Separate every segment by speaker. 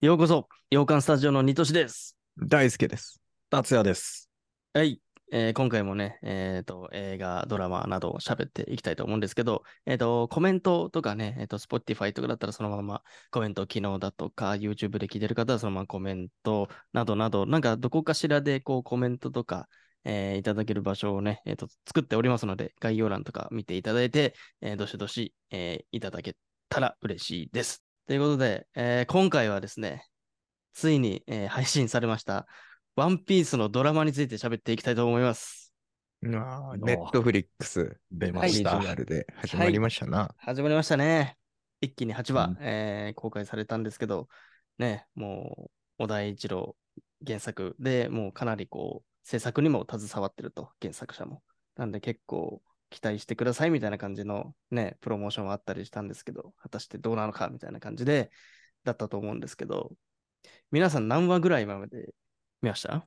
Speaker 1: ようこそ、洋館スタジオのニトシです。
Speaker 2: 大輔です。
Speaker 3: 達也です。
Speaker 1: はい。えー今回もね、えっ、と、映画、ドラマなどを喋っていきたいと思うんですけど、えっ、と、コメントとかね、えっ、と、Spotify とかだったらそのままコメント、機能だとか、YouTube で聞いてる方はそのままコメントなどなど、なんかどこかしらでこうコメントとか、えーいただける場所をね、えっ、と、作っておりますので、概要欄とか見ていただいて、えーどしどし、えーいただけたら嬉しいです。ということで、えー今回はですね、ついに、えー配信されました、ワンピースのドラマについて喋っていきたいと思います。
Speaker 3: あ
Speaker 2: ネットフリックス
Speaker 3: 出ま
Speaker 2: オリ
Speaker 3: し
Speaker 2: ジ
Speaker 3: た。
Speaker 2: ナルで始まりましたな。
Speaker 1: 始まりましたね。一気に8話、
Speaker 3: うん
Speaker 1: えー公開されたんですけど、ね、もう、小田栄一郎原作でもうかなりこう、制作にも携わってると、原作者も。なんで結構期待してくださいみたいな感じのね、プロモーションはあったりしたんですけど、果たしてどうなのかみたいな感じで、だったと思うんですけど、皆さん何話ぐらいまで見ました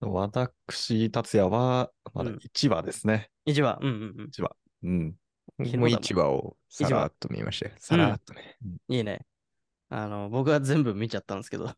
Speaker 3: 私、達也は、まだ
Speaker 1: うん
Speaker 3: 1話ですね。
Speaker 1: ?1 話。うんうんうん。
Speaker 3: うん。
Speaker 1: 昨日だ
Speaker 2: もう一話をさらっと見ましたよ。さらっとね。
Speaker 1: いいね。あの、僕は全部見ちゃったんですけど、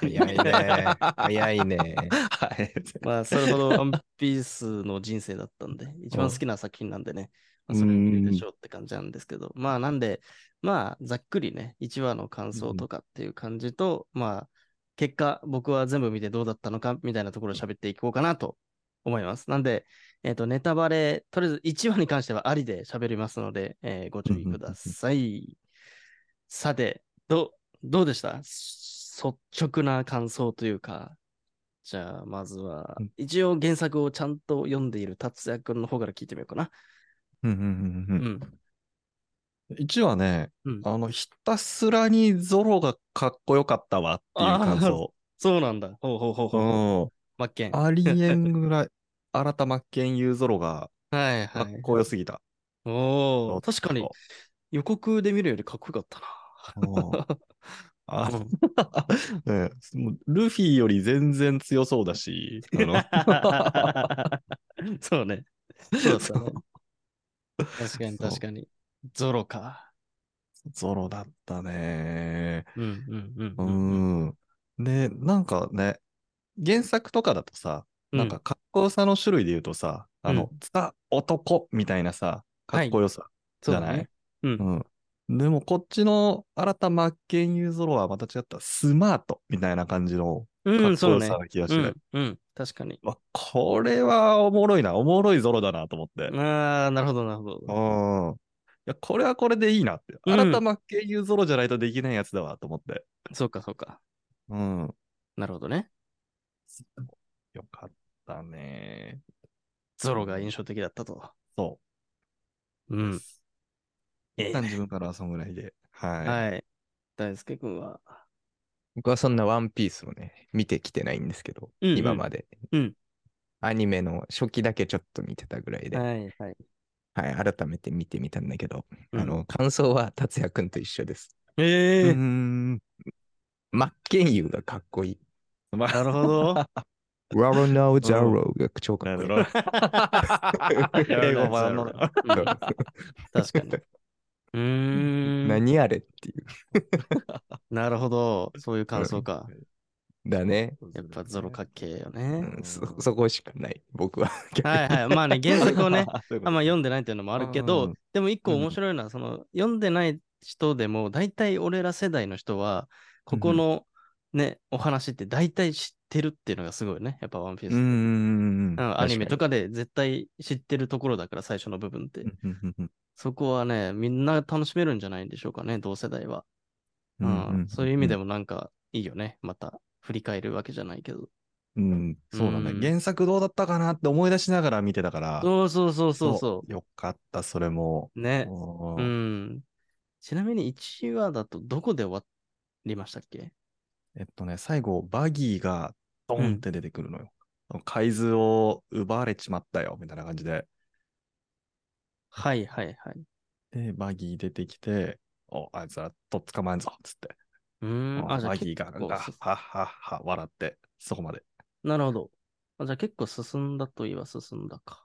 Speaker 2: 早いね。早いね。
Speaker 3: はい。
Speaker 1: まあ、それほどワンピースの人生だったんで、 一番好きな作品なんでね、まあ、それを見るでしょうって感じなんですけど、まあ、なんで、まあ、ざっくりね、1話の感想とかっていう感じと、まあ、結果、僕は全部見てどうだったのかみたいなところを喋っていこうかなと思います。なんで、えっ、と、ネタバレ、とりあえず1話に関してはありで喋りますので、えーご注意ください。さて、どう、どうでした率直な感想というか、じゃあ、まずは
Speaker 3: うん、
Speaker 1: 一応原作をちゃんと読んでいる達也くんの方から聞いてみようかな。
Speaker 3: うんうんう
Speaker 1: うんん。
Speaker 3: うん1話ね、
Speaker 1: うん
Speaker 3: あの、ひたすらにゾロがかっこよかったわっていう感想。
Speaker 1: そうなんだ。ほうほうほう
Speaker 3: う
Speaker 1: ほう。マッケン。
Speaker 3: ん。
Speaker 1: は
Speaker 3: ありえんぐらい、 新田真剣佑ゾロが
Speaker 1: い
Speaker 3: か
Speaker 1: は
Speaker 3: っ
Speaker 1: い。
Speaker 3: こよすぎた。
Speaker 1: おお、確かに予告で見るよりかっこよかったな。
Speaker 3: うん あのねもうルフィより全然強 そうだし、あの
Speaker 1: そうね。そうだったね
Speaker 3: そう。
Speaker 1: 確かに
Speaker 3: そう
Speaker 1: 確かに。ゾロか。
Speaker 3: ゾロだったね。
Speaker 1: うんうん
Speaker 3: う
Speaker 1: うんうん。
Speaker 3: ん。で、なんかね、原作とかだとさ、なんかかっこよさの種類で言うとさ、あの、ザ男みたいなさ、かっこよさじ
Speaker 1: そう
Speaker 3: ゃ
Speaker 1: だ
Speaker 3: ない、
Speaker 1: ね。うん。
Speaker 3: うん。でもこっちの新た真剣佑ゾロはまた違ったスマートみたいな感じのか
Speaker 1: う
Speaker 3: っ
Speaker 1: ん、
Speaker 3: こ
Speaker 1: そう
Speaker 3: よ
Speaker 1: ね
Speaker 3: さ。な気がして、
Speaker 1: うん、うん、確かに。
Speaker 3: まあ、これはおもろいな、おもろいゾロだなと思って。
Speaker 1: ああ、なるほど、なるほど。
Speaker 3: うん。いや、これはこれでいいなって。
Speaker 1: うん
Speaker 3: 新た真剣佑ゾロじゃないとできないやつだわと思って。
Speaker 1: そうか、そうか。
Speaker 3: うん。
Speaker 1: なるほどね。
Speaker 3: よかったね。
Speaker 1: ゾロが印象的だったと。
Speaker 3: そうう。
Speaker 1: ん。え
Speaker 3: 一旦自分からはそんぐらいで。はい。
Speaker 1: はい。大輔君は。
Speaker 2: 僕はそんなワンピースをね、見てきてないんですけど、
Speaker 1: うんうん
Speaker 2: 今まで、
Speaker 1: うん
Speaker 2: アニメの初期だけちょっと見てたぐらいで、はい、
Speaker 1: はい、はい。
Speaker 2: 改めて見てみたんだけど、
Speaker 1: うん
Speaker 2: あの、感想は達也くんと一緒です。
Speaker 1: え
Speaker 3: う
Speaker 1: え
Speaker 3: ーん。
Speaker 2: 真剣佑がかっこいい。
Speaker 3: ま
Speaker 1: なるほど。
Speaker 2: ラロナウ・ザローが超か
Speaker 3: な
Speaker 2: っこい
Speaker 3: る
Speaker 2: い。
Speaker 3: ほど。 英語版の。
Speaker 1: うん 確か に。うーん。
Speaker 2: 何あれっていう。
Speaker 1: なるほど。そういう感想か。
Speaker 2: だね。
Speaker 1: やっぱゾロか
Speaker 3: っ。
Speaker 1: っけえよ
Speaker 2: う
Speaker 1: ね。
Speaker 2: ん、そそこしかない、僕は。
Speaker 1: はいはい。まあね、原作をね、
Speaker 3: そういうこと
Speaker 1: あんま読んでないっていうのもあるけ
Speaker 3: う
Speaker 1: ど
Speaker 3: ん、
Speaker 1: でも一個面白いのは、その、読んでない人でも、大体俺ら世代の人は、ここのね、お話って大体知ってるっていうのがすごいね。やっぱワンピース。
Speaker 3: うーん。
Speaker 1: うんアニメと
Speaker 3: か。
Speaker 1: かで絶対知ってるところだから、最初の部分って
Speaker 3: う。んうんうん
Speaker 1: そこはね、みんな楽しめるんじゃないでしょうかね、同世代は。う
Speaker 3: うんうん
Speaker 1: ん、そういう意味で
Speaker 3: も。
Speaker 1: もなんかいいよね。また振り返るわけじゃないけど。
Speaker 3: うん。そうだね
Speaker 1: うん。
Speaker 3: 原作どうだったかなって思い出しながら見てたから。
Speaker 1: そうそうそうそうそ
Speaker 3: よかった、それも。
Speaker 1: う。ね。
Speaker 3: お
Speaker 1: う
Speaker 3: ー
Speaker 1: ん。ちなみに1話だとどこで終わりましたっけ
Speaker 3: えっとね、最後、バギーがドンって出てくるのよ。海図を奪われちまったよ、みたいな感じで。
Speaker 1: はいはいはい。
Speaker 3: で、バギー出てきて、お、あいつらとっ捕まえんぞ、つって。
Speaker 1: うーん。あ、じゃあ
Speaker 3: バギー
Speaker 1: 結
Speaker 3: が、
Speaker 1: 構
Speaker 3: が
Speaker 1: す
Speaker 3: はっはっは、笑って、そこまで。
Speaker 1: なるほど。あじゃあ結構進んだといえば進んだか。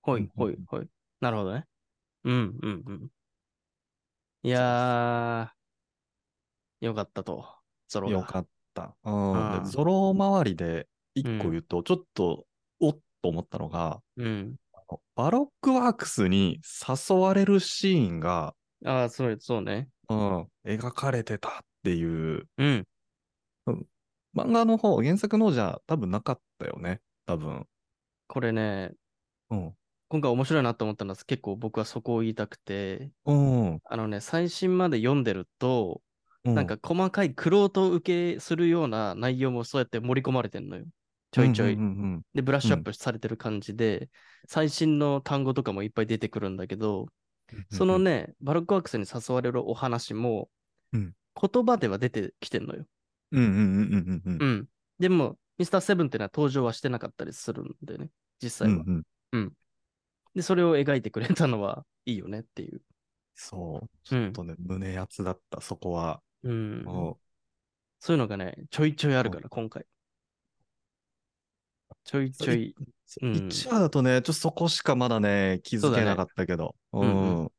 Speaker 1: ほいほいほい。なるほどね。うんうんうん。いやー、よかったと。ゾロが
Speaker 3: よかった。う
Speaker 1: うん
Speaker 3: ん。でゾロ周りで一個言うと、ちょっと、おっと思ったのが、
Speaker 1: うん。
Speaker 3: バロックワークスに誘われるシーンが、
Speaker 1: ああ、そう、そうね。
Speaker 3: うん、描かれてたっていう、
Speaker 1: うん。
Speaker 3: 漫画の方、原作の方じゃ多分なかったよね。多分。
Speaker 1: これね、
Speaker 3: うん。
Speaker 1: 今回面白いなと思ったのは結構僕はそこを言いたくて、
Speaker 3: うん。
Speaker 1: あのね、最新まで読んでると、
Speaker 3: う
Speaker 1: なんか、細かいクロート受けするような内容もそうやって盛り込まれてんのよ。ちょいちょい。
Speaker 3: うんうんうん
Speaker 1: で、ブラッシュアップされてる感じで、最新の単語とかもいっぱい出てくるんだけど、その、ね、バロックワークスに誘われるお話も、
Speaker 3: うん
Speaker 1: 言葉では出てきてんのよ。
Speaker 3: うんうんうんうんうん
Speaker 1: う。ん。でも、ミスターセブンっていうのは登場はしてなかったりするんでね、実際
Speaker 3: う
Speaker 1: は。
Speaker 3: んうん
Speaker 1: で、それを描いてくれたのはいいよねっていう。
Speaker 3: そう。ち
Speaker 1: う
Speaker 3: ょ
Speaker 1: ん
Speaker 3: っとね、胸やつだった、そこは。
Speaker 1: うん
Speaker 3: もう
Speaker 1: そういうのがね、ちょいちょいあるから、今回。ちょいちょい。うん
Speaker 3: 1話だとね、ちょっとそこしかまだね、気づけなかったけど。う
Speaker 1: だねうん
Speaker 3: ん。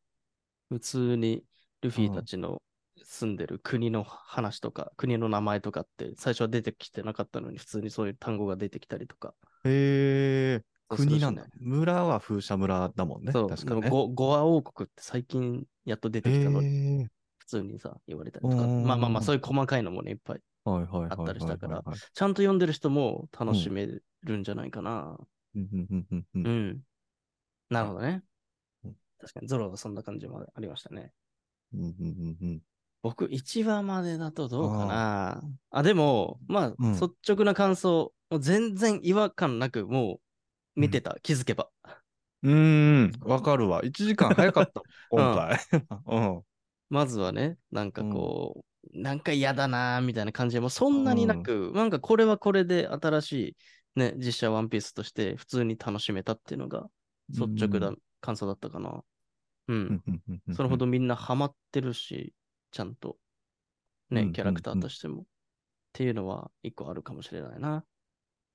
Speaker 1: 普通にルフ
Speaker 3: う
Speaker 1: ィ
Speaker 3: ん
Speaker 1: たちの住んでる国の話とか、国の名前とかって最初は出てきてなかったのに、普通にそういう単語が出てきたりとか。
Speaker 3: へえ、国なんだ
Speaker 1: そう。
Speaker 3: 村は風車村だもんね。
Speaker 1: そう、
Speaker 3: 確
Speaker 1: で
Speaker 3: か
Speaker 1: も
Speaker 3: ね。
Speaker 1: ゴゴア王国って最近やっと出てきたのに、
Speaker 3: へえ
Speaker 1: 普通にさ、言われたりとか。
Speaker 3: うん
Speaker 1: まあまあまあ、そういう細かいのもね、いっぱい。
Speaker 3: はいはいはいはいはいはい。
Speaker 1: あったりしたからちゃんと読んでる人も楽しめるんじゃないかな。
Speaker 3: うんうんうんうんうん
Speaker 1: うん。なるほどね
Speaker 3: うん。
Speaker 1: 確かに、ゾロはそんな感じもありましたね。
Speaker 3: うんうんうんうん
Speaker 1: 僕、1話までだとどうかな。あでも、まあ、
Speaker 3: うん
Speaker 1: 率直な感想、もう全然違和感なく、もう見てた、気づけば。
Speaker 3: うーん、わかるわ。1時間早かった、 今回。うん。
Speaker 1: まずはね、なんかこう、なんか嫌だなーみたいな感じでもうそんなになく、なんかこれはこれで新しい、ね、実写ワンピースとして普通に楽しめたっていうのが率直な感想だったかな。うん。
Speaker 3: うんうんうんうん
Speaker 1: それほどみんなハマってるし、ちゃんと、
Speaker 3: うんうん
Speaker 1: ね
Speaker 3: う、ん
Speaker 1: キャラクターとしても。っていうのは一個あるかもしれないな。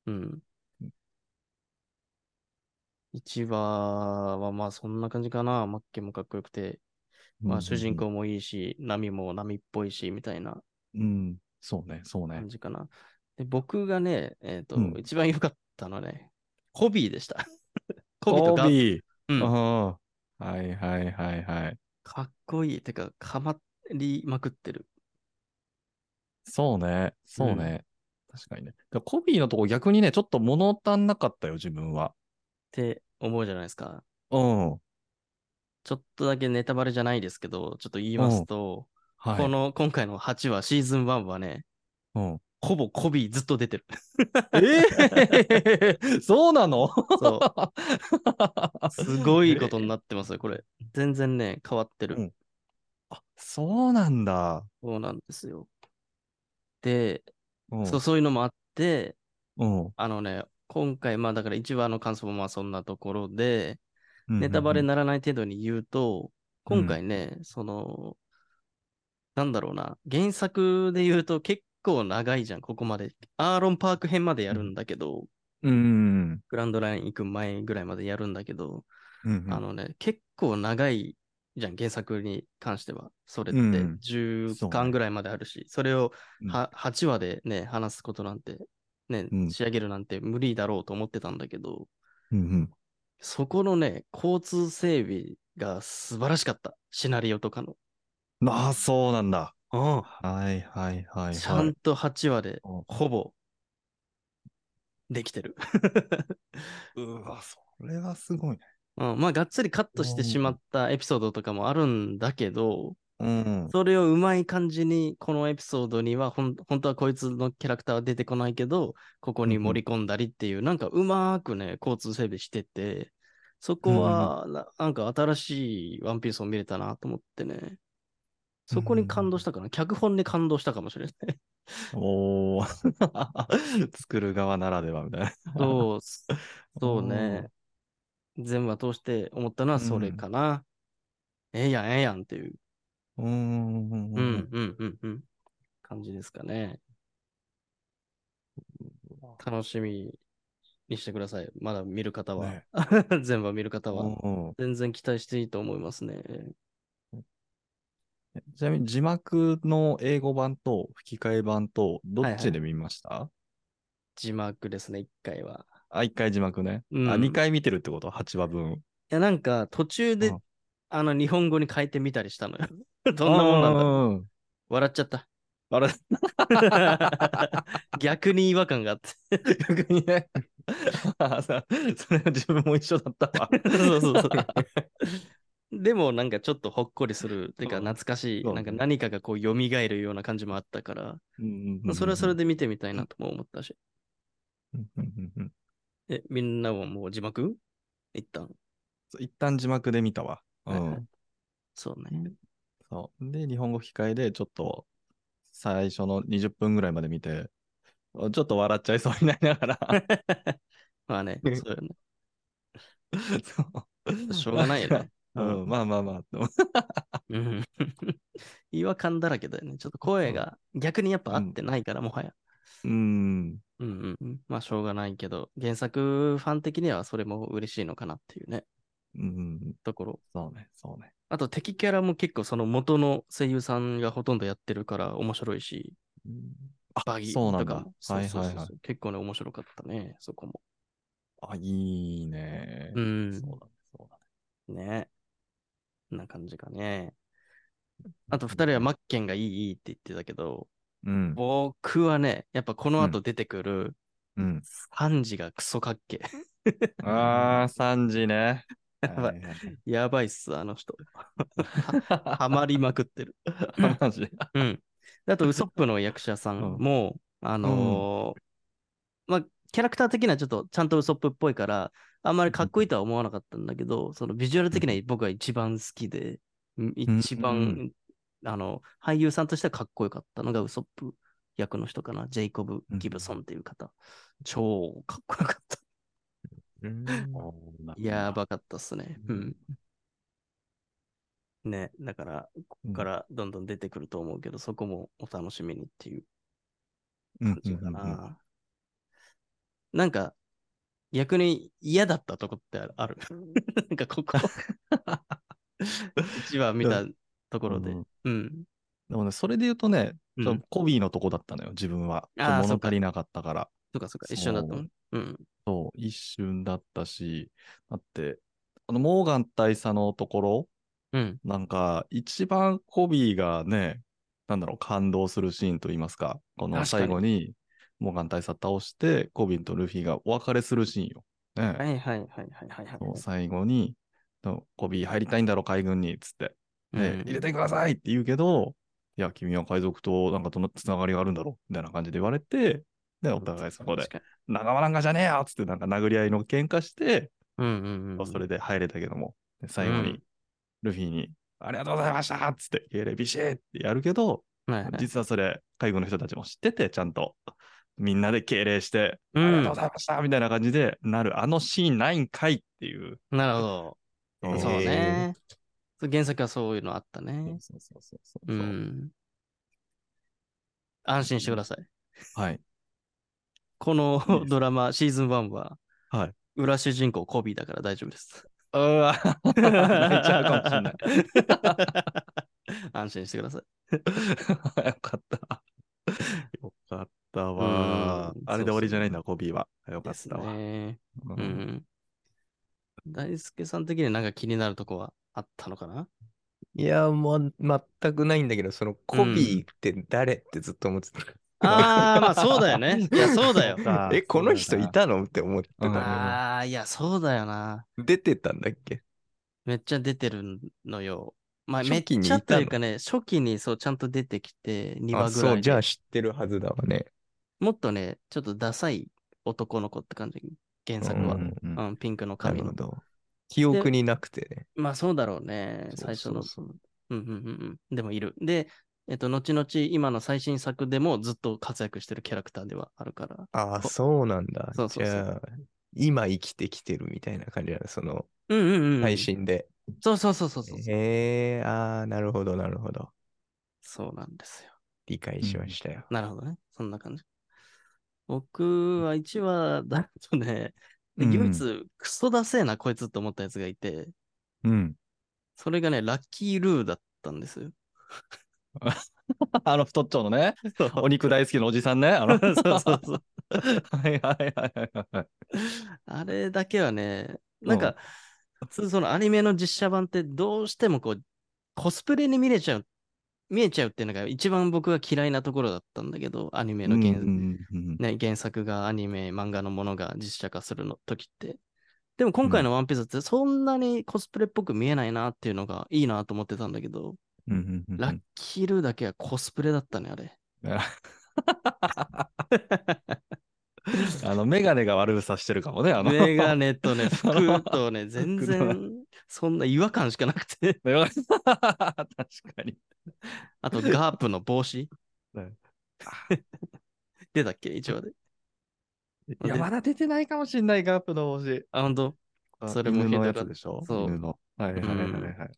Speaker 1: うん
Speaker 3: う。
Speaker 1: 1話はまあそんな感じかな。マッケもかっこよくて、まあ主人。公もいいし、波も波っぽいし、みたいな
Speaker 3: うんうん、そうね、そうね
Speaker 1: 感。じかな。で僕がね、えっ、と、
Speaker 3: うん
Speaker 1: 一番良かったのはね、コビーで した。コビーと
Speaker 3: コ
Speaker 1: か、
Speaker 3: ビー。
Speaker 1: う、
Speaker 3: うんんはいはいはいはい。
Speaker 1: かっこいい。てか、かまりまくってる。
Speaker 3: そうね、そうね。確かにね。でコビーのとこ逆にね、ちょっと物足んなかったよ、自分は。
Speaker 1: って思うじゃないですか。
Speaker 3: うん。は
Speaker 1: ちょっとだけネタバレじゃないですけど、ちょっと言いますと、
Speaker 3: い。
Speaker 1: この今回の8話、シーズン1はね、
Speaker 3: うん、
Speaker 1: ほぼコビーずっと出てる。
Speaker 3: ええ そうなの
Speaker 1: そう。 すごい こと
Speaker 3: え
Speaker 1: になってますよ、これ。全然ね、変わってる。
Speaker 3: うんあそうなんだ。
Speaker 1: そうなんですよ。で、
Speaker 3: うん
Speaker 1: そう、そういうのもあって、
Speaker 3: うん
Speaker 1: あのね、今回、まあだから1話の感想もまあそんなところで、
Speaker 3: うん
Speaker 1: ネタバレ
Speaker 3: うん
Speaker 1: ならない程度に言うと、今回ね、その、なんだろうな、原作で言うと結構長いじゃん、ここまで。アーロンパーク編までやるんだけど、
Speaker 3: うん。
Speaker 1: グランドライン行く前ぐらいまでやるんだけど、
Speaker 3: うんうん
Speaker 1: あのね、結構長いじゃん、原作に関しては。それって
Speaker 3: うんうん
Speaker 1: 10巻ぐらいまであるし、それを
Speaker 3: うん
Speaker 1: は8話でね、話すことなんて、ね
Speaker 3: う、ん
Speaker 1: 仕上げるなんて無理だろうと思ってたんだけど、
Speaker 3: うん
Speaker 1: そこのね、交通整備が素晴らしかった。シナリオとかの。
Speaker 3: うんああ、そうなんだ。はいはいはいはい。
Speaker 1: ちゃんと8話で
Speaker 3: うん
Speaker 1: ほぼできてる。
Speaker 3: うわ、それはすごいね。
Speaker 1: うん、まあ、がっつりカットしてしまったエピソードとかもあるんだけど、
Speaker 3: うん。
Speaker 1: それをうまい感じに、このエピソードにはほん、本当はこいつのキャラクターは出てこないけど、ここに盛り込んだりっていう、なんかうまーくね、交通整備してて、そこはな、なんか新しいワンピースを見れたなと思ってね。そこに感動したかな、脚本に感動したかもしれない。
Speaker 3: おお。 作る側ならではみたいな。
Speaker 1: そう、 そうね。全話通して思ったのはそれかな。ええやん、ええやんっていう。
Speaker 3: うん。うん
Speaker 1: うん、うん、うん、うん。感じですかね。楽しみにしてください。まだ見る方は。
Speaker 3: ね
Speaker 1: 全話見る方は。
Speaker 3: うん
Speaker 1: 全然期待していいと思いますね。
Speaker 3: ちなみに字幕の英語版と吹き替え版とどっちで見ました、
Speaker 1: 字幕ですね、一回は。
Speaker 3: あ、一回字幕ね。
Speaker 1: うん
Speaker 3: あ、二回見てるってこと ?8 話分。
Speaker 1: いや、なんか途中で
Speaker 3: うん、
Speaker 1: あの、日本語に変えてみたりしたのよ。 どんなもんなんだろう
Speaker 3: うん
Speaker 1: 笑っちゃった。
Speaker 3: あれ、
Speaker 1: 逆に違和感があって。
Speaker 3: 逆にね。あさそれは自分も一緒だったわ。
Speaker 1: そうそうそう。でもなんかちょっとほっこりする、てか
Speaker 3: うん
Speaker 1: 懐かしい、
Speaker 3: そう
Speaker 1: なんか何かがこう蘇るような感じもあったから、 それはそれ
Speaker 3: で。
Speaker 1: で見てみたいなとも思ったし。
Speaker 3: うんうんうんうん
Speaker 1: え、みんなはもう字幕一旦。
Speaker 3: そう一旦字幕で見たわ。う
Speaker 1: はいは
Speaker 3: ん
Speaker 1: い。そうね。
Speaker 3: そう。で、日本語吹き替えでちょっと最初の20分ぐらいまで見て、あちょっと笑っちゃいそうになりながら。
Speaker 1: まあね、
Speaker 3: うん
Speaker 1: そうよね。
Speaker 3: そう
Speaker 1: しょうがないよ ね。
Speaker 3: うん、まあまあまあ。でも
Speaker 1: うん。 違和感だらけだよね。ちょっと声が逆にやっぱ合ってないから、もはや。
Speaker 3: うん。
Speaker 1: うんうんうん。まあしょうがないけど、原作ファン的にはそれも嬉しいのかなっていうね、
Speaker 3: うん。
Speaker 1: ところ。
Speaker 3: そうね、そうね。
Speaker 1: あと敵キャラも結構その元の声優さんがほとんどやってるから面白いし、
Speaker 3: うん
Speaker 1: バギー
Speaker 3: そうなん
Speaker 1: と
Speaker 3: だ
Speaker 1: か、
Speaker 3: はい
Speaker 1: そうそうそう
Speaker 3: はいはい
Speaker 1: 結構ね、面白かったね、そこも。
Speaker 3: あ、いいね。
Speaker 1: うん
Speaker 3: そうだね、そうだね。
Speaker 1: ね。こんな感じかね。あと二人はマッケンがいいいいって言ってたけど、
Speaker 3: うん。
Speaker 1: 僕はね、やっぱこの後出てくる
Speaker 3: うん、
Speaker 1: サンジがクソかっけ。
Speaker 3: ああ、3時ね。 や
Speaker 1: ばいやばいっす、あの 人。ハマりまくってる。
Speaker 3: マ ジで。
Speaker 1: うん。あと、ウソップの役者さんも、あのーまあ、キャラクター的にはちょっとちゃんとウソップっぽいから、あんまりかっこいいとは思わなかったんだけど、そのビジュアル的には僕は一番好きで、うん一番、
Speaker 3: うんう
Speaker 1: あの、俳優さんとしてはかっこよかったのがウソップ役の人かな、ジェイコブ・ギブソンっていう方。超かっこよか った。やばかったっすね。うん。ね、だから、ここからどんどん出てくると思うけど、そこもお楽しみにっていう
Speaker 3: うん
Speaker 1: 感じかな。なんか、逆に嫌だったとこってあるあ るなんか ここ、1話見たところで。
Speaker 3: うん
Speaker 1: うん。
Speaker 3: でもね、それで言うとね、
Speaker 1: うん
Speaker 3: ちょっとコビーのとこだったのよ、自分は。ちょっと
Speaker 1: あーそ
Speaker 3: 物
Speaker 1: っか
Speaker 3: 足りなかったから。
Speaker 1: とかそっか、一緒だったも
Speaker 3: そ
Speaker 1: ん。うん。
Speaker 3: そう、一瞬だったし、だって、あの、モーガン大佐のところ、
Speaker 1: うん。
Speaker 3: なんか、一番コビーがね、なんだろう、感動するシーンといいますか、この
Speaker 1: 確かに
Speaker 3: 最後に、モーガン大佐倒して、コビーとルフィがお別れするシーンよ。ね。
Speaker 1: はいはいはいはいはいはい。
Speaker 3: そう最後に、とコビー入りたいんだろ、海軍に、つって、ね
Speaker 1: うん
Speaker 3: 入れてくださいって言うけど、いや、君は海賊となんかとのつながりがあるんだろ、みたいな感じで言われて、で、お互いそこで
Speaker 1: 確、か
Speaker 3: 仲間なんかじゃねえよつって、なんか殴り合いの喧嘩して、
Speaker 1: にうんうんうん。
Speaker 3: それで入れたけども、で最後
Speaker 1: う
Speaker 3: に
Speaker 1: ん、
Speaker 3: ルフィに、ありがとうございましたつって、敬礼ビシッってやるけど、
Speaker 1: はいはい、
Speaker 3: 実はそれ、海軍の人たちも知ってて、ちゃんと、みんなで敬礼して、
Speaker 1: う
Speaker 3: ありが
Speaker 1: ん
Speaker 3: とうご。ざいましたみたいな感じでなる、あのシーンないんかいっていう。
Speaker 1: なるほど。
Speaker 2: えー
Speaker 1: そうね。そう原作はそういうのあったね。
Speaker 3: そうそうそうそう
Speaker 1: う
Speaker 3: そう。
Speaker 1: ん。安心してください。
Speaker 3: はい。
Speaker 1: この
Speaker 3: いいです
Speaker 1: ドラマ、シーズン1は、
Speaker 3: はい
Speaker 1: 裏主人公コビーだから大丈夫です。
Speaker 3: うわ 泣いちゃうかもしれない。
Speaker 1: 安心してください。
Speaker 3: よかった。よかったわ
Speaker 1: う。ん
Speaker 3: あれで終わりじゃないんだ、コビーは。よか
Speaker 1: で
Speaker 3: っ
Speaker 1: す
Speaker 3: たわ。
Speaker 1: ね。
Speaker 3: う
Speaker 1: うんん。大輔さん的になんか気になるとこはあったのか ない
Speaker 2: や、もう全くないんだけど、そのコビーって誰ってずっと思ってた。
Speaker 1: ああ、まあそうだよね。いや、そう だよ。
Speaker 3: か
Speaker 2: え、この人いたのって思ってたのよ。
Speaker 1: ああ、いや、そうだよな。
Speaker 2: 出てたんだっけ
Speaker 1: めっちゃ出てるのよ。まあ、めっ
Speaker 2: 初期に
Speaker 1: ちゃ
Speaker 2: いた
Speaker 1: と
Speaker 2: の
Speaker 1: いうかね、初期にそう、ちゃんと出てきて、2
Speaker 2: あ、
Speaker 1: 話ぐ
Speaker 2: そ
Speaker 1: ら
Speaker 2: う、
Speaker 1: い
Speaker 2: じ
Speaker 1: で
Speaker 2: ゃあ知ってるはずだわね。
Speaker 1: もっとね、ちょっとダサい男の子って感じ、原作は。
Speaker 2: うん
Speaker 1: うん、ピンクの
Speaker 2: な
Speaker 1: 髪
Speaker 2: る
Speaker 1: の
Speaker 2: ほ。ど。記憶になくてね。
Speaker 1: まあそうだろうね、最初の。
Speaker 2: そうそう
Speaker 1: うんうんうんうん。でもいる。で、えっと、後々、今の最新作でもずっと活躍してるキャラクターではあるから。
Speaker 2: ああ、そうなんだ。
Speaker 1: そうそうそう
Speaker 2: じゃあ、今生きてきてるみたいな感じなの、その
Speaker 1: うんうんうん。
Speaker 2: 配。信で。
Speaker 1: そうそうそうそうそう。
Speaker 2: へえ、ああ、なるほど、なるほど。
Speaker 1: そうなんですよ。
Speaker 2: 理解しましたよ。
Speaker 1: なるほどね。そんな感じ。僕は1話だとね、で
Speaker 3: うんうん
Speaker 1: 唯一、クソだせえな、こいつって思ったやつがいて、
Speaker 3: うん。
Speaker 1: それがね、ラッキールーだったんですよ。
Speaker 3: あの太っちょのね、
Speaker 1: そう
Speaker 3: お肉大好きなおじさんね。あ の
Speaker 1: そうそうそう
Speaker 3: はいはいはいはいはい。
Speaker 1: あれだけはね、なん
Speaker 3: うん
Speaker 1: か、普通そのアニメの実写版ってどうしてもこう、コスプレに見れちゃう、見えちゃうっていうのが一番僕が嫌いなところだったんだけど、アニメの原,、
Speaker 3: うんうん
Speaker 1: ね、原作がアニメ、漫画のものが実写化するの時って。でも今回のワンピースってそんなにコスプレっぽく見えないなっていうのがいいなと思ってたんだけど、
Speaker 3: うんうんうんうん
Speaker 1: ラッキールーだけはコスプレだったね、あれ。
Speaker 3: あの、メガネが悪さしてるかもね、あの。
Speaker 1: メガネとね、服とね、全 然そんな違和感しかなくて。
Speaker 3: メガネ 確かに。
Speaker 1: あと、ガープの帽 子
Speaker 3: はい。
Speaker 1: 出たっけ一応で。
Speaker 3: いや、まだ出てないかもしんない、ガープの帽子。
Speaker 1: あ、ほんと
Speaker 3: あ
Speaker 1: それも
Speaker 3: 犬
Speaker 1: ひど
Speaker 3: の
Speaker 1: か
Speaker 3: や
Speaker 1: った
Speaker 3: つでしょ
Speaker 1: そう
Speaker 3: 犬の。はいはいはいはいはい。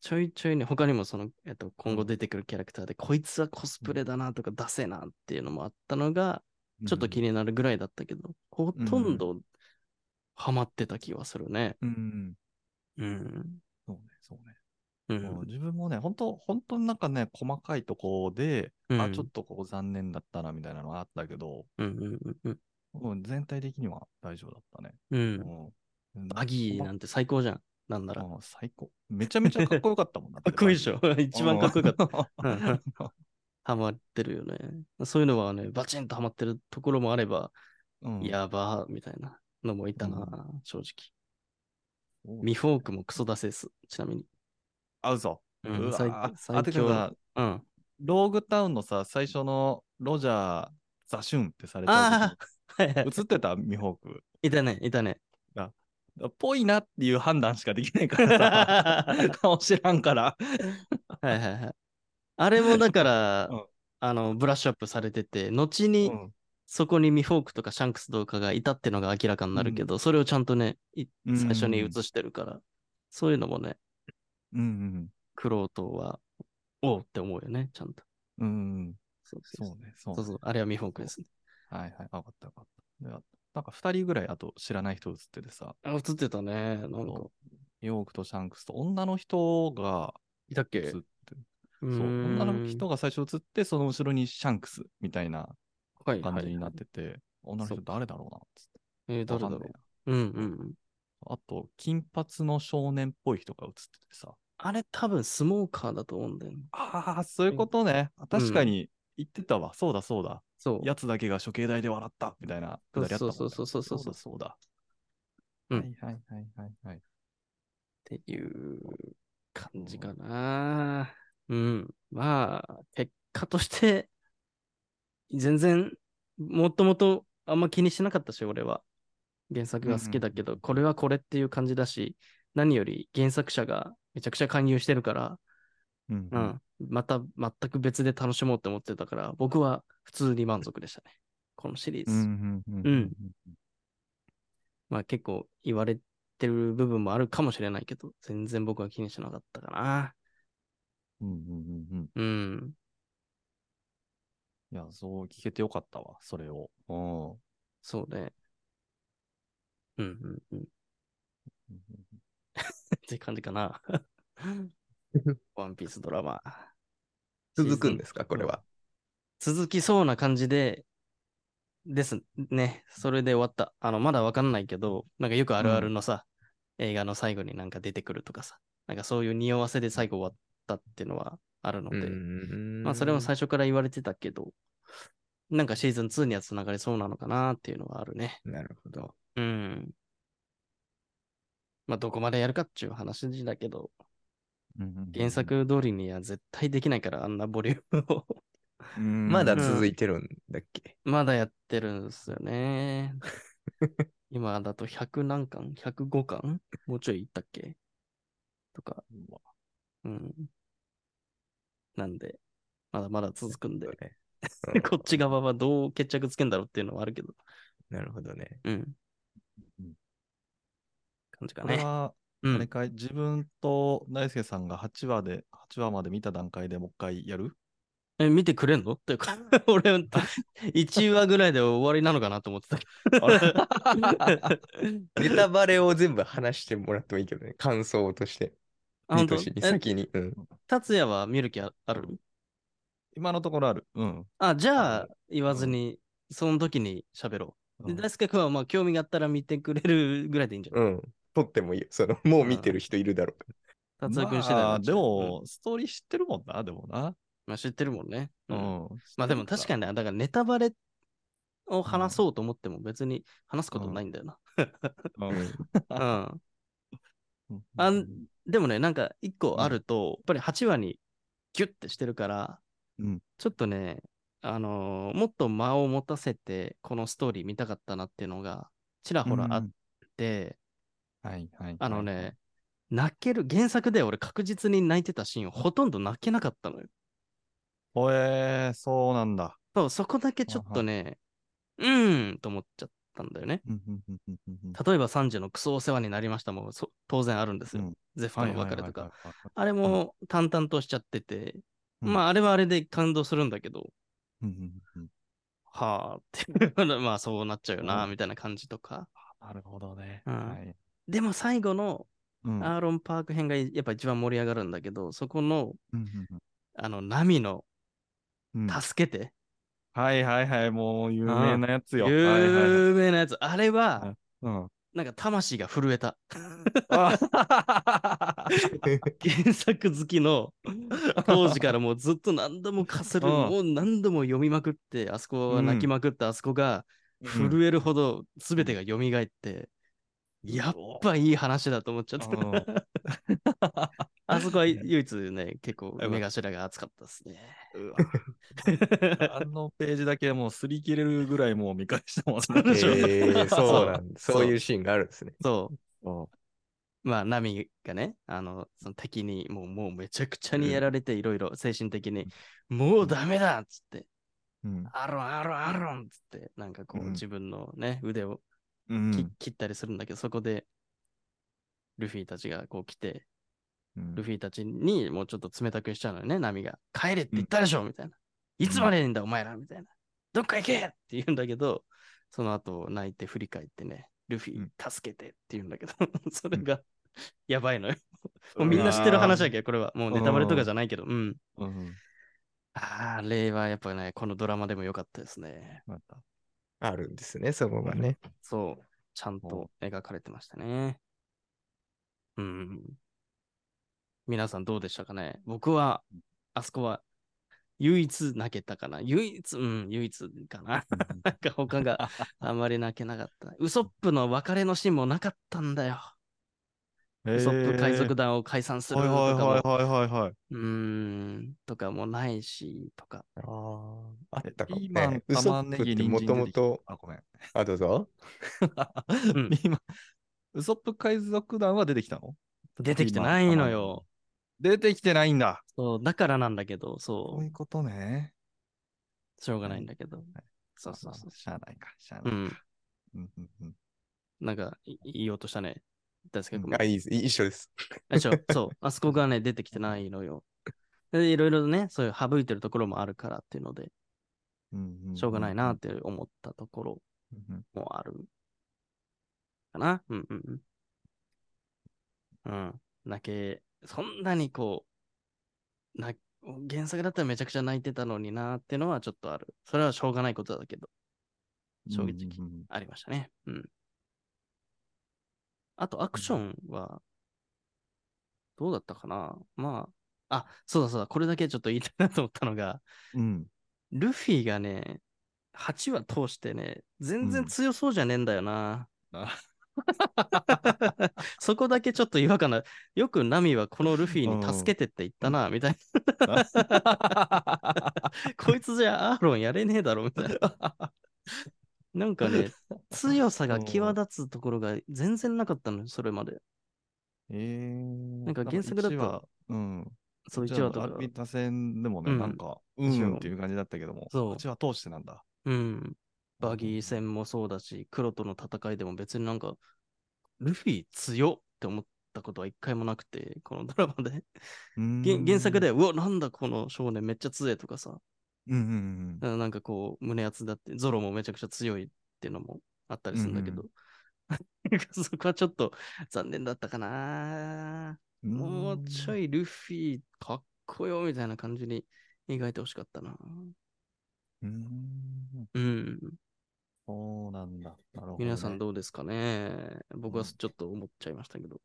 Speaker 1: ちょいちょいね、他にもその、えっと、今後出てくるキャラクターで、こいつはコスプレだなとか、出せなっていうのもあったのが、ちょっと気
Speaker 3: に。
Speaker 1: になるぐらいだったけど、ほとんどハマってた気はするね。
Speaker 3: うん。
Speaker 1: うん。
Speaker 3: そうね、そう
Speaker 1: う。
Speaker 3: ね。もうん自分もね、本当本当になんかね、細かいとこで、あ、ちょっとここ残念だったな、みたいなのがあったけど、
Speaker 1: うんうんうんうん。
Speaker 3: うん全体的には大丈夫だったね。
Speaker 1: うん。
Speaker 3: うん
Speaker 1: バギーなんて最高じゃん。なんなら。か
Speaker 3: うん最高。めちゃめちゃかっこよかったもんな。か
Speaker 1: っこいいでしょ。 一番かっこよかった。
Speaker 3: った。
Speaker 1: ハマってるよね。そういうのはね、バチンとハマってるところもあれば、
Speaker 3: うん
Speaker 1: やばーみたいなのもいたな、正直。
Speaker 3: そう
Speaker 1: ミフォークもクソ出せっす、ちなみに。
Speaker 3: あ、嘘。
Speaker 1: うん
Speaker 3: うわ
Speaker 1: 最
Speaker 3: あ
Speaker 1: 最
Speaker 3: てか
Speaker 1: 強
Speaker 3: さ、
Speaker 1: うん。
Speaker 3: ローグタウンのさ、最初のロジャー、ザシュンってされ
Speaker 1: あ
Speaker 3: た
Speaker 1: あ、はいはい
Speaker 3: 時。映ってた ミホー
Speaker 1: いたね、いたね。
Speaker 3: ク。ぽいなっていう判断しかできないから さ、顔知らんから。
Speaker 1: はいはい はい。あれもだから、
Speaker 3: うん
Speaker 1: あの、ブラッシュアップされてて、後にそこにミフォークとかシャンクスとかがいたってのが明らかになるけど、それをちゃんとね、い
Speaker 3: うん
Speaker 1: 最初に映してるから、そういうのもね、
Speaker 3: うん
Speaker 1: クロートは、おうって思うよね、ちゃんと。
Speaker 3: うん。うん。
Speaker 1: そう
Speaker 3: そうね、そう
Speaker 1: そ
Speaker 3: ね
Speaker 1: うそう、あれはミフォークですね。
Speaker 3: はいはい、あわかったわかった。であなんか2人ぐらいあと知らない人映っててさ、
Speaker 1: あ、映ってたね。なんか。
Speaker 3: ミホークとシャンクスと女の人が
Speaker 1: いたっ
Speaker 3: 映って、そう女の人が最初映って、その後ろにシャンクスみたいな
Speaker 1: が
Speaker 3: 感じになってて、女の人
Speaker 1: そう
Speaker 3: 誰だろうなっつって。
Speaker 1: えー、誰だろ
Speaker 3: わかんな
Speaker 1: う
Speaker 3: い。
Speaker 1: うんうんうん。
Speaker 3: あと、金髪の少年っぽい人が映っててさ。
Speaker 1: あれ多分スモーカーだと思うんだよね。
Speaker 3: ああ、そういうことね。あ確かに言ってたわ。そうだそうだ。
Speaker 1: そう。
Speaker 3: やつだけが処刑台で笑ったみたいなくだりあったもんね。
Speaker 1: そうそうそうそうそう
Speaker 3: だそうだ。
Speaker 1: うん
Speaker 3: はいはいはいはいはい。
Speaker 1: っていう感じかな。うん。まあ、結果として、全然、もともとあんま気にしてなかったし、俺は。原作が好きだけど、これはこれっていう感じだし、何より原作者がめちゃくちゃ勧誘してるから、
Speaker 3: うん
Speaker 1: う。ん。また全く別で楽しもうって思ってたから、僕は普通に満足でしたね。このシリーズ。
Speaker 3: うんうんうん
Speaker 1: うんまあ結構言われてる部分もあるかもしれないけど、全然僕は気にしなかったかな。
Speaker 3: うんうんうんう
Speaker 1: う
Speaker 3: ん
Speaker 1: ん。
Speaker 3: いや、そう聞けてよかったわ、それを。うん
Speaker 1: そうね。うんうんうん。 っ
Speaker 3: うんうん
Speaker 1: て感じか な。ワンピースドラマ。
Speaker 2: 続くんですか、これは。
Speaker 1: 続きそうな感じで、ですね。それで終わった。あの、まだわかんないけど、なんかよくあるあるのさ、映画の最後になんか出てくるとかさ、なんかそういう匂わせで最後終わったっていうのはあるので、まあそれも最初から言われてたけど、なんかシーズン2にはつながりそうなのかなっていうのはあるね。
Speaker 2: なるほど。
Speaker 1: うん。まあどこまでやるかっていう話だけど、
Speaker 3: うんうん
Speaker 1: 原作通りには絶対できないから、あんなボリュームを。
Speaker 3: うん
Speaker 2: まだ続いてるんだっけ
Speaker 1: まだやってるんですよ ね。今だと100何巻 ?105 巻もうちょいいったっけとか、
Speaker 3: うわ
Speaker 1: うん。なんで、まだまだ続くんで
Speaker 2: そう、ね
Speaker 1: こっち側はどう決着つけんだろうっていうのはあるけど、
Speaker 2: なるほどね。
Speaker 1: うん
Speaker 3: うん。
Speaker 1: 感じか
Speaker 3: これ
Speaker 1: ね。
Speaker 3: は、
Speaker 1: う
Speaker 3: あれ
Speaker 1: ん。
Speaker 3: かい、自分と大輔さんが8話で、8話まで見た段階でもう一回 やる
Speaker 1: え、見てくれんの っていうか、俺、1話ぐらいで終わりなのかなと思ってたけ
Speaker 3: あれ
Speaker 1: ど。
Speaker 2: ネタバレを全部話してもらってもいいけどね、感想として。
Speaker 1: あ、本当
Speaker 2: 見通しに
Speaker 1: え、
Speaker 2: 先に。うん。
Speaker 1: 達也は見る気あある
Speaker 3: 今のところある。うん。
Speaker 1: あ、じゃ
Speaker 3: あ
Speaker 1: あ、言わずに、その時に喋ろう。
Speaker 3: う
Speaker 1: で、
Speaker 3: ん
Speaker 1: 大輔君は、まあ、興味があったら見てくれるぐらいでいいんじゃ
Speaker 2: う
Speaker 1: ない
Speaker 2: ん。撮ってもいいよ。その、もう見てる人いるだろう。
Speaker 1: 達也君次第
Speaker 3: ま
Speaker 1: な
Speaker 3: あ
Speaker 1: んじ
Speaker 3: で
Speaker 1: ゃない、
Speaker 3: も、ストーリー知ってるもんな、でもな。
Speaker 1: うんまあ、知ってるもんね。
Speaker 3: う
Speaker 1: うん
Speaker 3: ん。
Speaker 1: まあ、でも確か
Speaker 3: に。
Speaker 1: にね、だからネタバレを話そうと思っても別に話すことないんだよな。うん。
Speaker 3: うん
Speaker 1: あんでもね、なんか一個あると、やっぱり8話にギュッてしてるから、
Speaker 3: うん
Speaker 1: ちょっとね、あのーもっと間を持たせて、このストーリー見たかったなっていうのが、ちらほらあっ。て、
Speaker 3: うんはいはい。
Speaker 1: あのね、泣ける、原作で俺確実に泣いてたシーン、ほとんど泣けなかったのよ。
Speaker 3: はい。へえそうなんだ。
Speaker 1: そうそこだけちょっとね、うーんと思っちゃったんだよね。
Speaker 3: うんうんうんうんうんうん
Speaker 1: 例えば3時のクソお世話になりましたもそ当然あるんですよ。
Speaker 3: うん
Speaker 1: ゼフとの別れと
Speaker 3: は
Speaker 1: か
Speaker 3: い。はいはいはい
Speaker 1: あれも淡々としちゃってて、
Speaker 3: うん
Speaker 1: まああれはあれで感動するんだけど、
Speaker 3: うんうんうん
Speaker 1: はあって、 まあそうなっちゃうよな、
Speaker 3: うん
Speaker 1: みたいな感じとか。
Speaker 3: なるほどね。
Speaker 1: うん
Speaker 3: はい
Speaker 1: でも最後の
Speaker 3: うん
Speaker 1: アーロン・パーク編がやっぱ一番盛り上がるんだけど、そこの、
Speaker 3: うんうん
Speaker 1: あの、ナミの
Speaker 3: うん
Speaker 1: 助けて、
Speaker 3: はいはいはい、もう有名なやつよ。はいはいはい
Speaker 1: 有名なやつ、あれ
Speaker 3: は
Speaker 1: は、
Speaker 3: うん
Speaker 1: なんか魂が震えた。
Speaker 3: あ
Speaker 1: 原作好きの当時からもうずっと何度もかする、
Speaker 3: うん
Speaker 1: もう何度も読みまくって、あそこは泣きまくった、あそこが
Speaker 3: うん
Speaker 1: 震えるほど全てが蘇って、やっぱいい話だと思っちゃった。 あそこは唯一ね、結構目頭が熱かったですね。
Speaker 3: うわあのページだけもう擦り切れるぐらいもう見返したもん
Speaker 1: そうでしょ
Speaker 2: え ーそうなんだ。
Speaker 1: そう
Speaker 2: そういうシーンがあるんですね。
Speaker 1: そう。
Speaker 3: そ
Speaker 1: まあ、ナミがね、あの、その敵にもう、もうめちゃくちゃにやられて、いろいろ精神的に、もうダメだっつって、
Speaker 3: う。うん
Speaker 1: アロン、アロン、アロンっつって、なんかこう
Speaker 3: うん
Speaker 1: 自分のね、腕を
Speaker 3: うん
Speaker 1: き切ったりするんだけど、そこで、ルフィたちがこう来て、
Speaker 3: うん
Speaker 1: ルフィたちにもうちょっと冷たくしちゃうのよね、ナミが。帰れって言ったでしょ、みたいな。いつまでいいんだ、お前らみたいな。どっか行けって言うんだけど、その後泣いて振り返ってね、ルフ
Speaker 3: う
Speaker 1: ィ
Speaker 3: ん、
Speaker 1: 助けてって言うんだけど、 それが、やばいのよ。もう
Speaker 3: うわー
Speaker 1: みんな知ってる話だけど、これは。もうネタバレとかじゃないけど、うん。
Speaker 3: うん
Speaker 1: ああ、例はやっぱね、このドラマでも良かったですね。
Speaker 3: また
Speaker 2: あるんですね、そこがね。
Speaker 1: そう、ちゃん
Speaker 3: お
Speaker 1: と描かれてましたね。うん。皆さんどうでしたかね僕は、あそこは唯一泣けたかな。唯一、うん、唯一かな。 なんか他 があんまり泣けなかった。ウソップの別れのシーンもなかったんだよ。ウソップ海賊団を解散すると
Speaker 3: は
Speaker 1: か
Speaker 3: い
Speaker 1: も、
Speaker 3: はいはいはいはいはい。
Speaker 1: うーん、とかもないし、とか。
Speaker 2: ああ、あったかも
Speaker 3: ピーマ
Speaker 2: ね
Speaker 3: ン。
Speaker 2: ウソ
Speaker 3: 玉
Speaker 2: ッ
Speaker 3: ね
Speaker 2: プっ
Speaker 3: ぎ
Speaker 2: て
Speaker 3: 人
Speaker 2: も
Speaker 3: 参
Speaker 2: ともと、
Speaker 3: あ、ごめん。
Speaker 2: あ、どうぞ。
Speaker 1: ん
Speaker 3: 今、ウソップ海賊団は出てきたの
Speaker 1: 出てきてないのよ。
Speaker 3: 出てきてないんだ。
Speaker 1: そう、だからなんだけど、
Speaker 3: そ
Speaker 1: そう
Speaker 3: いう
Speaker 1: う、
Speaker 3: ことね。
Speaker 1: しょうがないんだけど。
Speaker 3: はい
Speaker 1: そうそうそう。
Speaker 3: しゃあないか、しゃあ
Speaker 1: う
Speaker 3: ない。
Speaker 1: ん。
Speaker 3: うんうんうん
Speaker 1: なんかい言おうとしたね。確か
Speaker 3: うん
Speaker 1: ごめん
Speaker 2: あ、いいです。いい一緒です。
Speaker 1: あ一緒そう、 あそこがね、出てきてないのよ。でいろいろね、そういう省いてるところもあるからっていうので、
Speaker 3: うんうんうん
Speaker 1: しょうがないなっ。て思ったところ
Speaker 3: うんうん
Speaker 1: もある。かなうんうんうん。うん。泣け、そんなにこう、な原作だったらめちゃくちゃ泣いてたのになーってのはちょっとある。それはしょうがないことだけど、衝撃的
Speaker 3: うんうんうん
Speaker 1: ありましたね。うん。あと、アクションは、どうだったかなまあ、あ、そうだそうだ、これだけちょっと言いたいなと思ったのが、
Speaker 3: うん。
Speaker 1: ルフィがね、8話通してね、全
Speaker 3: う
Speaker 1: 然
Speaker 3: ん
Speaker 1: 強そうじゃねえんだよな。
Speaker 3: あ
Speaker 1: そこだけちょっと違和感な。よくナミはこのルフィに助けてって言ったな、みたいな。 こいつじゃアーロンやれねえだろ、みたいな。なんか ね、強さが際立つところが全然なかったのよ、それまで。
Speaker 3: えー。
Speaker 1: なんか原作だと
Speaker 3: 一話うん。
Speaker 1: そう、
Speaker 3: じ
Speaker 1: 1
Speaker 3: ゃあ
Speaker 1: 話とか
Speaker 3: ア。ルピタ戦でもね、
Speaker 1: うん
Speaker 3: なんか、うん
Speaker 1: 一
Speaker 3: うん
Speaker 1: 話
Speaker 3: っていう感じだったけども、
Speaker 1: そう
Speaker 3: 1話通してなんだ。
Speaker 1: うん。バギー戦もそうだし、黒との戦いでも別になんか、ルフィ強っって思ったことは一回もなくて、このドラマで。
Speaker 3: うん
Speaker 1: 原原作で、、うわ、なんだこの少年めっちゃ強いとかさ、
Speaker 3: うんうん
Speaker 1: あなんかこう、胸熱だって、ゾロもめちゃくちゃ強いっていうのもあったりするんだけど、なんかそこはちょっと残念だったかな。もうちょいルフィかっこよみたいな感じに描いてほしかったな。
Speaker 3: うーん。
Speaker 1: うん。
Speaker 3: そうなんだ。なるほど、ね。
Speaker 1: 皆さんどうですかね僕は
Speaker 3: うん
Speaker 1: ちょっと思っちゃいましたけど。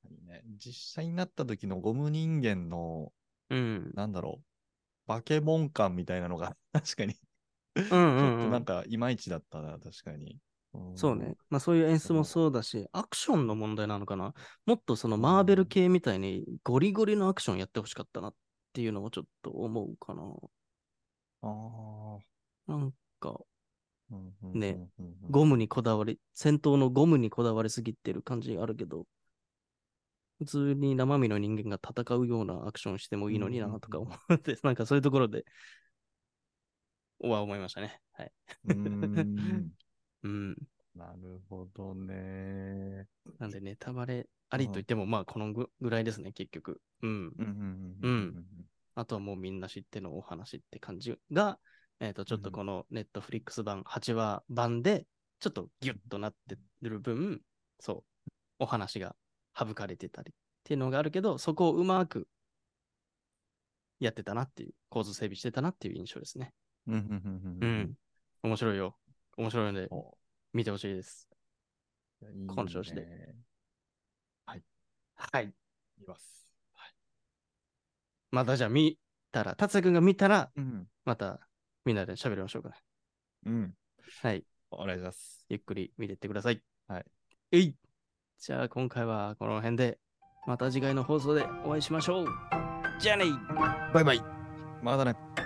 Speaker 3: 確かにね。実写になった時のゴム人間の、
Speaker 1: うん。
Speaker 3: なんだろう、バケモン感みたいなのが、確かに、ち
Speaker 1: うんう
Speaker 3: ょっと
Speaker 1: んう
Speaker 3: なんん。か、いまいちだったな、確かに。ん
Speaker 1: そうね。。まあそういう演出もそうだし、アクションの問題なのかな。もっとそのマーベル系みたいにゴリゴリのアクションやってほしかったなっていうのもちょっと思うか
Speaker 3: ああ。
Speaker 1: な。なんか、
Speaker 3: うんうん
Speaker 1: ね
Speaker 3: うんうんうん
Speaker 1: ゴムにこだわり、戦闘のゴムにこだわりすぎてる感じあるけど、普通に生身の人間が戦うようなアクションしてもいいのになとか思って、なんかそういうところで、は思いましたね。はい。
Speaker 3: うーん。
Speaker 1: うん。
Speaker 3: なるほどね。
Speaker 1: なんでネタバレありと言っても、まあこのぐぐらいですね、結局。うん。
Speaker 3: うんうんうんうん
Speaker 1: あとはもうみんな知ってのお話って感じが、えっ、と、ちょっとこのネットフリックス版、8話版で、ちょっとギュッとなってる分、そう、お話が省かれてたりっていうのがあるけど、そこをうまくやってたなっていう、構図整備してたなっていう印象ですね。
Speaker 3: うんうんうん
Speaker 1: う
Speaker 3: うん
Speaker 1: ん。面白いよ。面白いので、
Speaker 3: お
Speaker 1: 見てほしいです。
Speaker 3: いやいい
Speaker 1: この調子で
Speaker 3: ね
Speaker 1: はい。
Speaker 3: います。はい
Speaker 1: またじゃあ見たら、達也くんが見たら、
Speaker 3: うん。
Speaker 1: またみんなで喋りましょうかね。
Speaker 3: うん。
Speaker 1: はい。
Speaker 3: お願いします。
Speaker 1: ゆっくり見てってください。
Speaker 3: はい。
Speaker 1: えい。じゃあ今回はこの辺で、また次回の放送でお会いしましょう。じゃあね
Speaker 3: バイバイ。またね。